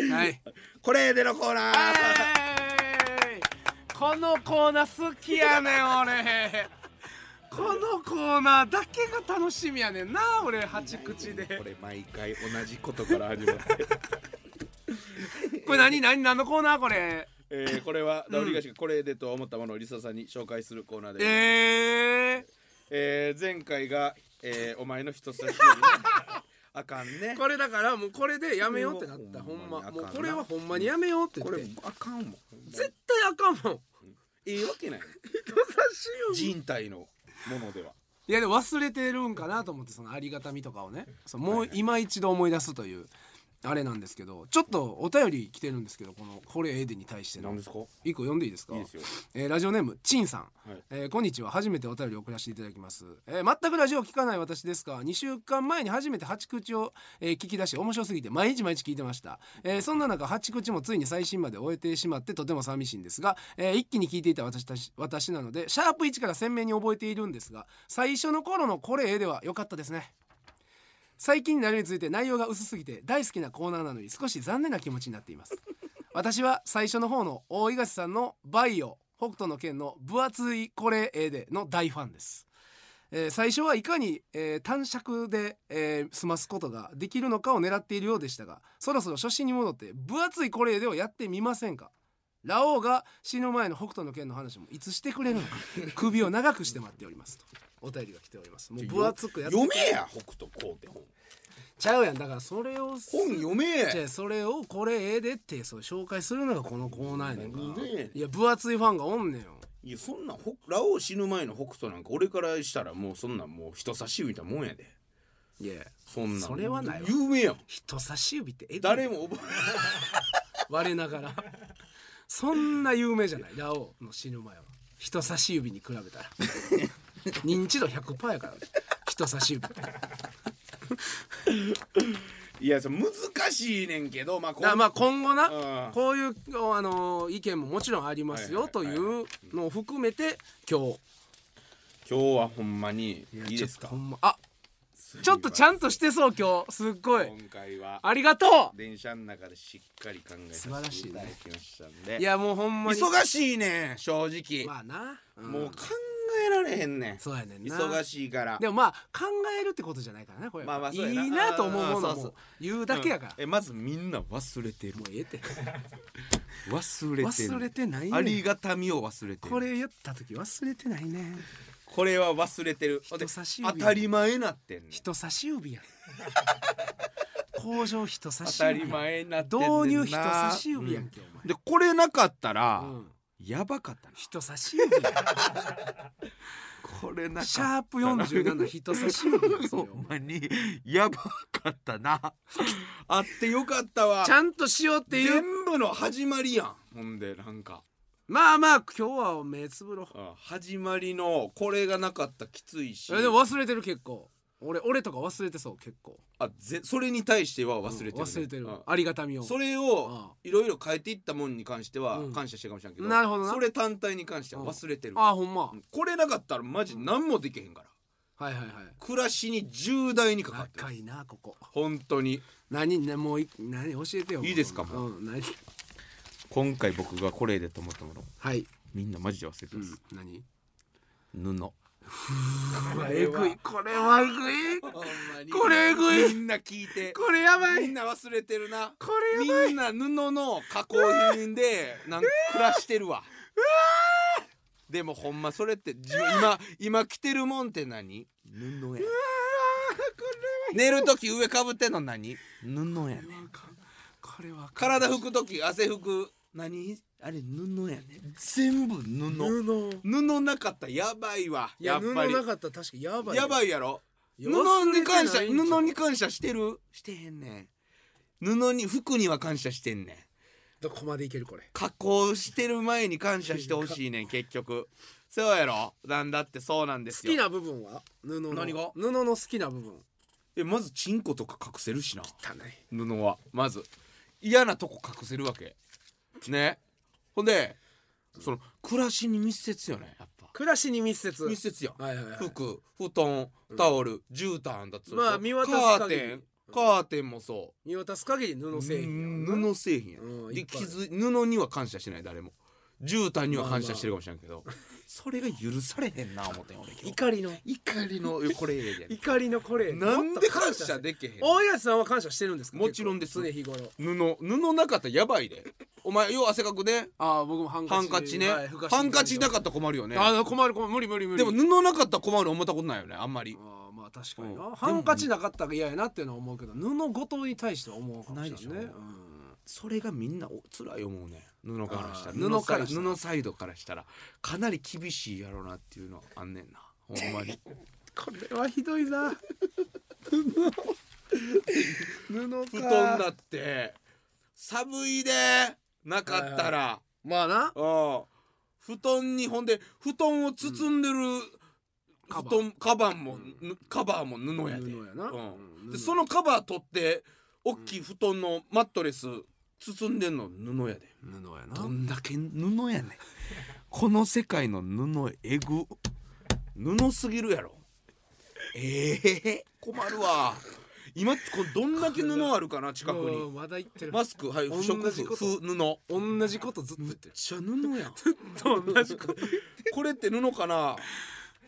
S1: え
S2: はい
S1: これでのコーナー
S2: このコーナー好きやねん俺このコーナーだけが楽しみやねんな俺八口で
S1: これ毎回同じことから始まって、
S2: これ何何何のコーナーこれ
S1: えー、これはダブリガシがこれでと思ったものをリサさんに紹介するコーナーでございます、
S2: え
S1: えー前回が、えーお前の人差し指 ねあかんね
S2: ー、これだからもうこれでやめようってなったほ
S1: これ
S2: ん
S1: は
S2: ま
S1: ほんまにあか
S2: も
S1: んな
S2: うこれはほんまにやめようって
S1: こ
S2: 言っ
S1: れ
S2: て
S1: あかんもん
S2: 絶対あかんもん
S1: ええわけない
S2: 人差し指
S1: 人体のものではい
S2: やでも忘れてるんかなと思ってそのありがたみとかをねそうもう今一度思い出すというあれなんですけどちょっとお便り来てるんですけどこの「これエデに対しての
S1: 何ですか
S2: 一個読んでいいですか
S1: いいですよ
S2: えーラジオネームちんさん、
S1: はい
S2: えーこんにちは初めてお便りを送らせていただきます、えー全くラジオを聞かない私ですが2週間前に初めて八口を、えー聞き出し面白すぎて毎日毎日聞いてました、えーそんな中八口もついに最新まで終えてしまってとても寂しいんですが、えー一気に聞いていた私たち私なのでシャープ1から鮮明に覚えているんですが最初の頃のこれでは良かったですね最近になるについて内容が薄すぎて大好きなコーナーなのに少し残念な気持ちになっています私は最初の方の大東さんの「バイオ北斗の拳」の分厚いこれええでの大ファンです、えー最初はいかに、えー短尺で、えー済ますことができるのかを狙っているようでしたがそろそろ初心に戻って分厚いこれええでをやってみませんかラオウが死ぬ前の北斗の拳の話もいつしてくれるのか首を長くして待っておりますとお便りが来ておりますもう分厚くやって
S1: 読めや北斗こうって本
S2: ちゃうやんだからそれをす
S1: 本読め や
S2: じゃあそれをこれええでってそう紹介するのがこのコーナーやねんか
S1: なんでやねん
S2: いや分厚いファンがおんねんよ
S1: いやそんなほラオウ死ぬ前の北斗なんか俺からしたらもうそんなんもう人差し指みたいなもんやで
S2: いや
S1: そんなん
S2: それはないわ
S1: 有名やん
S2: 人差し指ってえぐい
S1: 誰も覚
S2: 我ながらそんな有名じゃないラオウの死ぬ前は人差し指に比べたら認知度100%やからね人差し指ってだか
S1: え いやそれ難しいねんけどまあこん
S2: らまあ今後
S1: うん
S2: なこういう、あの意見ももちろんありますよ
S1: はいは
S2: と
S1: いはいいう
S2: のを含めて今日
S1: 今日はほんまにい
S2: ち
S1: い
S2: ょ
S1: で
S2: っ
S1: す
S2: と
S1: か
S2: ほんまあちょっとちゃんとしてそう今日すっごい
S1: 今回は
S2: ありがとう
S1: 電車の中でしっかり考え
S2: 素晴らしいね
S1: いただきましたんで
S2: いやもうほんまに
S1: 忙しいねん正直、
S2: まあな、うん
S1: もう考えられへんねん
S2: そうやねんな
S1: 忙
S2: い
S1: しいから
S2: でもまあ考えるってことじゃないからなこれ、
S1: まあまあそうやない
S2: いなと思うも
S1: あー
S2: の
S1: そうそう
S2: も言うだけやから、
S1: うんえまずみんな忘れてる
S2: もうええって
S1: 忘れてる
S2: 忘れてない
S1: あり
S2: ね
S1: がたみを忘れてる
S2: これやった時忘れてないね
S1: これは忘れてるほんで
S2: 人差し
S1: 当
S2: 指
S1: たり前なってんねん
S2: 人差し指 やん工場人差
S1: 当
S2: し指
S1: た
S2: やん
S1: り前になってんねんな
S2: 導入人差し指やんけ、
S1: でこれなかったら
S2: お、前、うん、
S1: やばかったな
S2: 人差し指やん
S4: これな
S2: シャープ47人差し指やんそれ
S4: ほ
S2: お
S4: ん
S2: 前
S4: まにやばかった な
S1: あってよかったわ
S2: ちゃんとしようっていう
S1: 全部の始まりやんほんでなんか
S2: まあまあ今日は目つぶろう
S1: あ始まりのこれがなかったらきついし
S2: えでも忘れてる結構俺俺とか忘れてそう結構
S1: あぜそれに対しては忘れてるね、
S2: うん忘れてる
S1: あ
S2: ありがたみを
S1: それ
S2: あ
S1: をいろいろ変えていったもんに関しては
S2: うん
S1: 感謝してるかもしれんけど,、
S2: なるほどな
S1: それ単体に関しては忘れてる、
S2: あほんまはい
S1: これなかったらマジ何もできへんから
S2: はいはい
S1: 暮らしに重大にかかって
S2: 仲
S1: る
S2: いいなここ
S1: 本当に
S2: 何ねもうい何教えてよ
S1: いいですか
S2: も
S1: も
S2: う、うん、何
S1: 今回僕がこれでと思ったもの
S2: はい、
S1: みんなマジで忘れて
S2: う
S1: ま
S2: ん
S1: す、、
S2: 何
S1: 布
S2: これえぐいこれはえぐい
S1: ほんまに
S2: これえぐい
S1: みんな聞いて
S2: これやば
S1: み
S2: い
S1: んな忘れてるな
S2: これやばい
S1: みんな布の加工品でなんか暮らしてるわでもほんまそれって自分今今着てるもんって何布や寝る時上かぶってんの何布やねん
S2: これは
S1: 体拭く時汗拭く何あれ布やねん全部布
S2: 布
S1: 布なかったらやばいわ
S2: いや
S1: やっぱり
S2: 布なかったら確かにやばい
S1: やば
S2: い
S1: いやろ
S2: や
S1: 布に感謝
S2: 忘れてないんちゃう
S1: 布に感謝してるしてへんねん布に服には感謝してんねん
S2: どこまでいけるこれ
S1: 加工してる前に感謝してほしいねん結局そうやろなんだってそうなんで
S2: 好
S1: すよ
S2: きな部分は布の
S1: 何が
S2: 布の好きな部分
S1: えまずチンコとか隠せるしな
S2: 汚い
S1: 布はまず嫌なとこ隠せるわけねほんでその暮らしに密接よねやっぱ
S2: 暮らしに密接
S1: 密接やん
S2: はいはいはい
S1: 服布団タオル絨毯だってそうでしょ
S2: まあ見渡す
S1: カー
S2: 限り
S1: テ
S2: う
S1: ン
S2: ん
S1: カーテンもそう
S2: 見渡す限り布製品やもんな
S1: 布製品や、
S2: うんい
S1: で
S2: っぱい
S1: 傷布には感謝しない誰も絨毯には感謝してるかもしれんけど、それが許されへんな思ってん俺今日
S2: 怒りの
S1: 怒り のこれええ
S2: 怒りのこれ
S1: でなんで感謝
S2: で
S1: できへん
S2: 大東さんは感謝してるんですか
S1: もちろんです
S2: 結構常日頃
S1: 布布なかったらやばいでお前よう汗かくね
S2: ああ僕もハン
S1: ハンカチね、ハンカチなかったら困るよね
S2: ああ困る困る無理無理無理
S1: でも布なかったら困る思ったことないよねあんまり
S2: ああまあ確かに
S1: うん
S2: なハンカチなかったら嫌やなっていうのは思うけど布ごとに対しては思うかもしれない
S1: ない
S2: ね
S1: でしょそれがみんなお辛い思うね布からしたら
S2: あー
S1: 布か
S2: 布から
S1: ら
S2: したら
S1: 布サイドからしたらかなり厳しいやろうなっていうのはあんねんなほんまに
S2: これはひどいな布
S1: 布
S2: 布
S1: 団だって寒いでなかったら、
S2: まあな
S1: うん布団にほんで布団を包んでる、
S2: カ
S1: 布
S2: バー
S1: 団カバンも、ぬカバーも布やで
S2: 布やな
S1: うん
S2: うん布
S1: でそのカバー取って大きい布団のマットレス包んでんの布やで
S2: 布や
S1: どんだけ布やねんこの世界の布えぐ布すぎるやろええ困るわ今こどんだけ布あるかな近くに
S2: まだ言ってる
S1: マスクはい不織
S2: 同じ
S1: 布
S2: こ
S1: 布
S2: と
S1: 布めっ
S2: 同じことずっと言ってる
S1: ちゃ布やん
S2: 同じこと
S1: これって布かな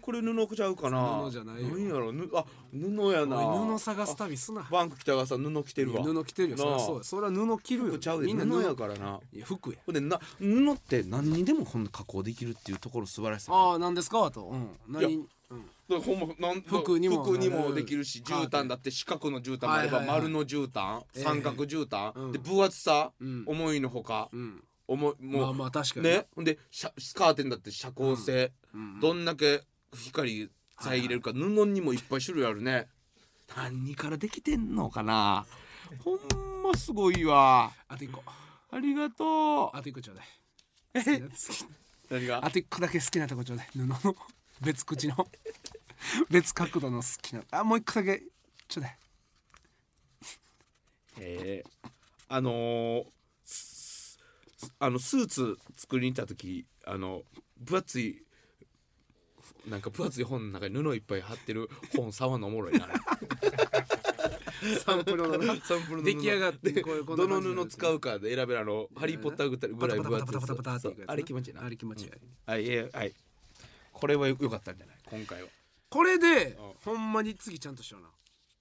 S1: これ布ちゃうかな
S2: 布じゃないよ
S1: んやろ布あ布やな
S2: 布探す旅すな
S1: バンク北川さん布着てるわ
S2: 布着てるよそり
S1: なあ
S2: ゃそうよそれは布着るよ
S1: 服ちゃうで
S2: みんな
S1: 布や
S2: 布
S1: からない
S2: や服や
S1: ほんでな布って何にでもこんな加工できるっていうところの素晴らしさ
S2: ああ何ですかあとうん
S1: い
S2: 何うん
S1: だからほんまなん
S2: 服にも
S1: 服に
S2: な
S1: も
S2: る
S1: できるし
S2: カーテ
S1: 絨
S2: ン
S1: 毯だって四角の絨毯もあれば
S2: はいはいはい
S1: 丸の絨毯
S2: ええ
S1: 三角絨毯、
S2: うん
S1: で分厚さ、
S2: うん
S1: 思いのほか、
S2: うん
S1: 思い
S2: ま
S1: も
S2: あ
S1: う、
S2: まあ確かに
S1: ねほんでシャスカーテンだって遮光性、
S2: うん
S1: どんだけ光遮れるか、布にもいっぱい種類あるね何からできてんのかなほんますごいわ
S2: あと一個
S1: ありがと
S2: あと一個ちょうだいえ
S1: う何が
S2: あと一個だけ好きなとこちょうだい布の別口の 別角度の好きなあもう一個だけちょうだい
S1: えーあのーすあのスーツ作りに行った時あの分厚いなんか分厚い本の中に布いっぱい貼ってる本触んのおもろいな
S2: サンプルのな
S1: サンプルの布
S2: 出来上がって
S1: で
S2: こういうこんな
S1: どの
S2: 感じにな
S1: 布
S2: る
S1: 使うかで選べるあの「 ハリー・ポッター」ぐらい分厚
S2: パ
S1: い
S2: タパタパタパタパタって
S1: そ
S2: いうくやつな
S1: あれ気持ちいいな
S2: あれ気持ちいい
S1: はいえーはいこれはよかったんじゃない今回は
S2: これで
S1: うん
S2: ほんまに次ちゃんとしような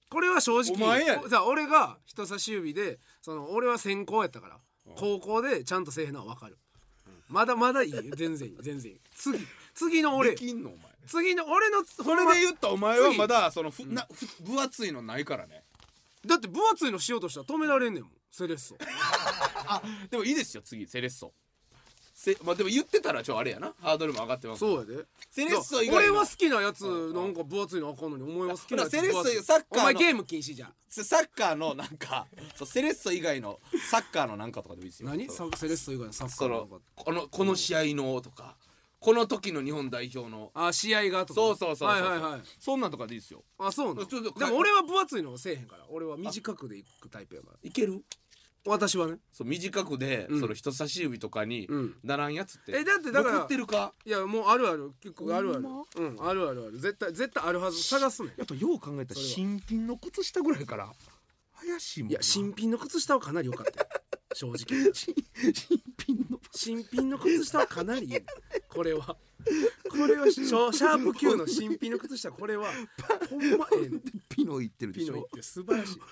S2: これは正直
S1: お前やで
S2: おじゃあ俺が人差し指でその俺は先行やったから高校でちゃんとせえへんのは分かるまだまだいいよ全然いい全然いい次次の俺
S1: できんのお前
S2: 次の俺の
S1: そ
S2: そ
S1: れで言ったお前は
S2: 次
S1: まだそのふ、なふ分厚いのないからね
S2: だって分厚いのしようとしたら止められんねんもんセレッソ
S1: でもいいですよ次セレッソせまあでも言ってたらちょあれやなハードルも上がってますから
S2: そうやで
S1: セレッソ以外の
S2: 俺は好きなやつなんか分厚いのあかんのにお前は好きなやつ分厚い
S1: ほらセレッソサッカーの
S2: お前ゲーム禁止じゃん
S1: ササッカーのなんかそうセレッソ以外のサッカーのなんかとかでもいいですよ
S2: 何
S1: そ
S2: サ
S1: の
S2: セレッソ以外のサッカ
S1: そ
S2: ーの
S1: のこのこの試合のとかこの時の日本代表の
S2: あ試合がとか
S1: そうそうそうそう
S2: はいはいはい
S1: そんなんとかでいいですよ
S2: あそうなの
S1: ちょっと
S2: でも俺は分厚いのはせえへんから俺は短くでいくタイプやから
S1: いける
S2: 私はね
S1: そう短くで、
S2: うん
S1: その人差し指とかに
S2: うん
S1: ならんやつって、
S2: えだってだから
S1: 残ってるか
S2: いやもうあるある結構あるある、
S1: ほんま
S2: うんあるあるある絶対絶対あるはず探すねん
S1: やっぱよう考え
S2: それ
S1: たら
S2: は
S1: 新品の靴下ぐらいから怪しいもん
S2: いや新品の靴下はかなり良か ったよ正直
S1: 新品の
S2: 新品の靴下はかなりいいこれはこれはショシャープ Q の新品の靴下これはほんまええねん
S1: ピノいってるで
S2: ピ
S1: し
S2: ノイっ
S1: ょ
S2: て素晴らしい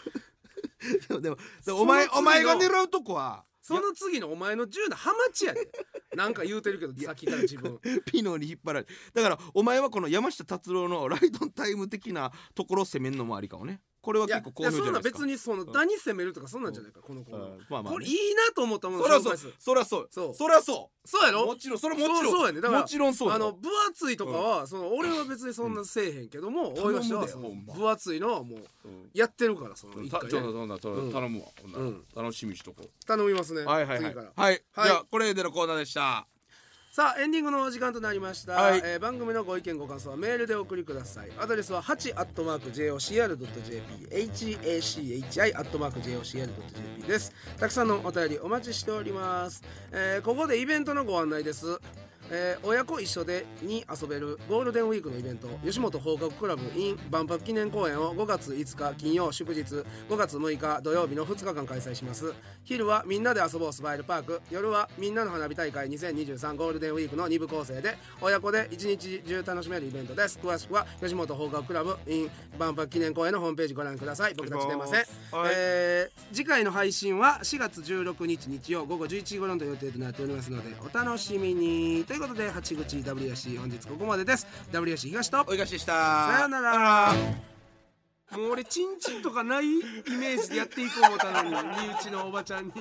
S1: でもでもで
S2: そ
S1: も
S2: の
S1: お前
S2: 次の
S1: お前が狙うとこは
S2: その次のお前の銃のハマチやでなんか言うてるけどさっきから自 分
S1: ピノに引っ張られてだからお前はこの山下達郎のライドンタイム的なところを攻めるのもありかもねこれはい
S2: や
S1: 結
S2: い
S1: 構好
S2: や
S1: 評じ
S2: そ
S1: ゃ
S2: ん
S1: な
S2: ない
S1: ですか
S2: 別にその何攻めるとかそんなんじゃないからこの子
S1: うんまあまあね
S2: これいいなと思ったもの
S1: そらそう
S2: 紹介する
S1: そらそう
S2: そう
S1: そらそ
S2: そうや
S1: う
S2: ろ
S1: もちろんそれもちろ
S2: そ
S1: ん
S2: うそうやねだから
S1: もちろんそうや
S2: あ
S1: ろ
S2: の分厚いとかは、その俺は別にそんなせえへんけども、大東はその
S1: 頼むでほんま
S2: 分厚いのはもう
S1: うん
S2: やってるからその
S1: うん
S2: 一
S1: た
S2: 回、
S1: ちょっ
S2: ね
S1: と、そんな
S2: うん
S1: 頼むわほんなら
S2: うん
S1: 楽しみにしとこう
S2: 頼みますね、
S1: はいはいは
S2: 次
S1: い
S2: から。
S1: はいじ
S2: はい
S1: ゃあこれでのコーナーでした
S2: さあエンディングのお時間となりました、
S1: はい
S2: えー番組のご意見ご感想はメールでお送りくださいアドレスは 8-jocr.jp hachi-jocr.jp ですたくさんのお便りお待ちしております、えーここでイベントのご案内ですえー親子一緒でに遊べるゴールデンウィークのイベント吉本放課後クラブ in 万博記念公演を5月5日金曜祝日5月6日土曜日の2日間開催します昼はみんなで遊ぼうスマイルパーク夜はみんなの花火大会2023ゴールデンウィークの2部構成で親子で一日中楽しめるイベントです詳しくは吉本放課後クラブ in 万博記念公演のホームページご覧ください僕たち出ません、
S1: はい
S2: えー次回の配信は4月16日日曜午後11時頃の予定となっておりますのでお楽しみにということで八口 W し本日ここまでです W し東と
S1: おいがしでした
S2: さ
S1: さ
S2: よならもう俺チンチンとかないイメージでやっていこう思ったのに身内のおばちゃんに。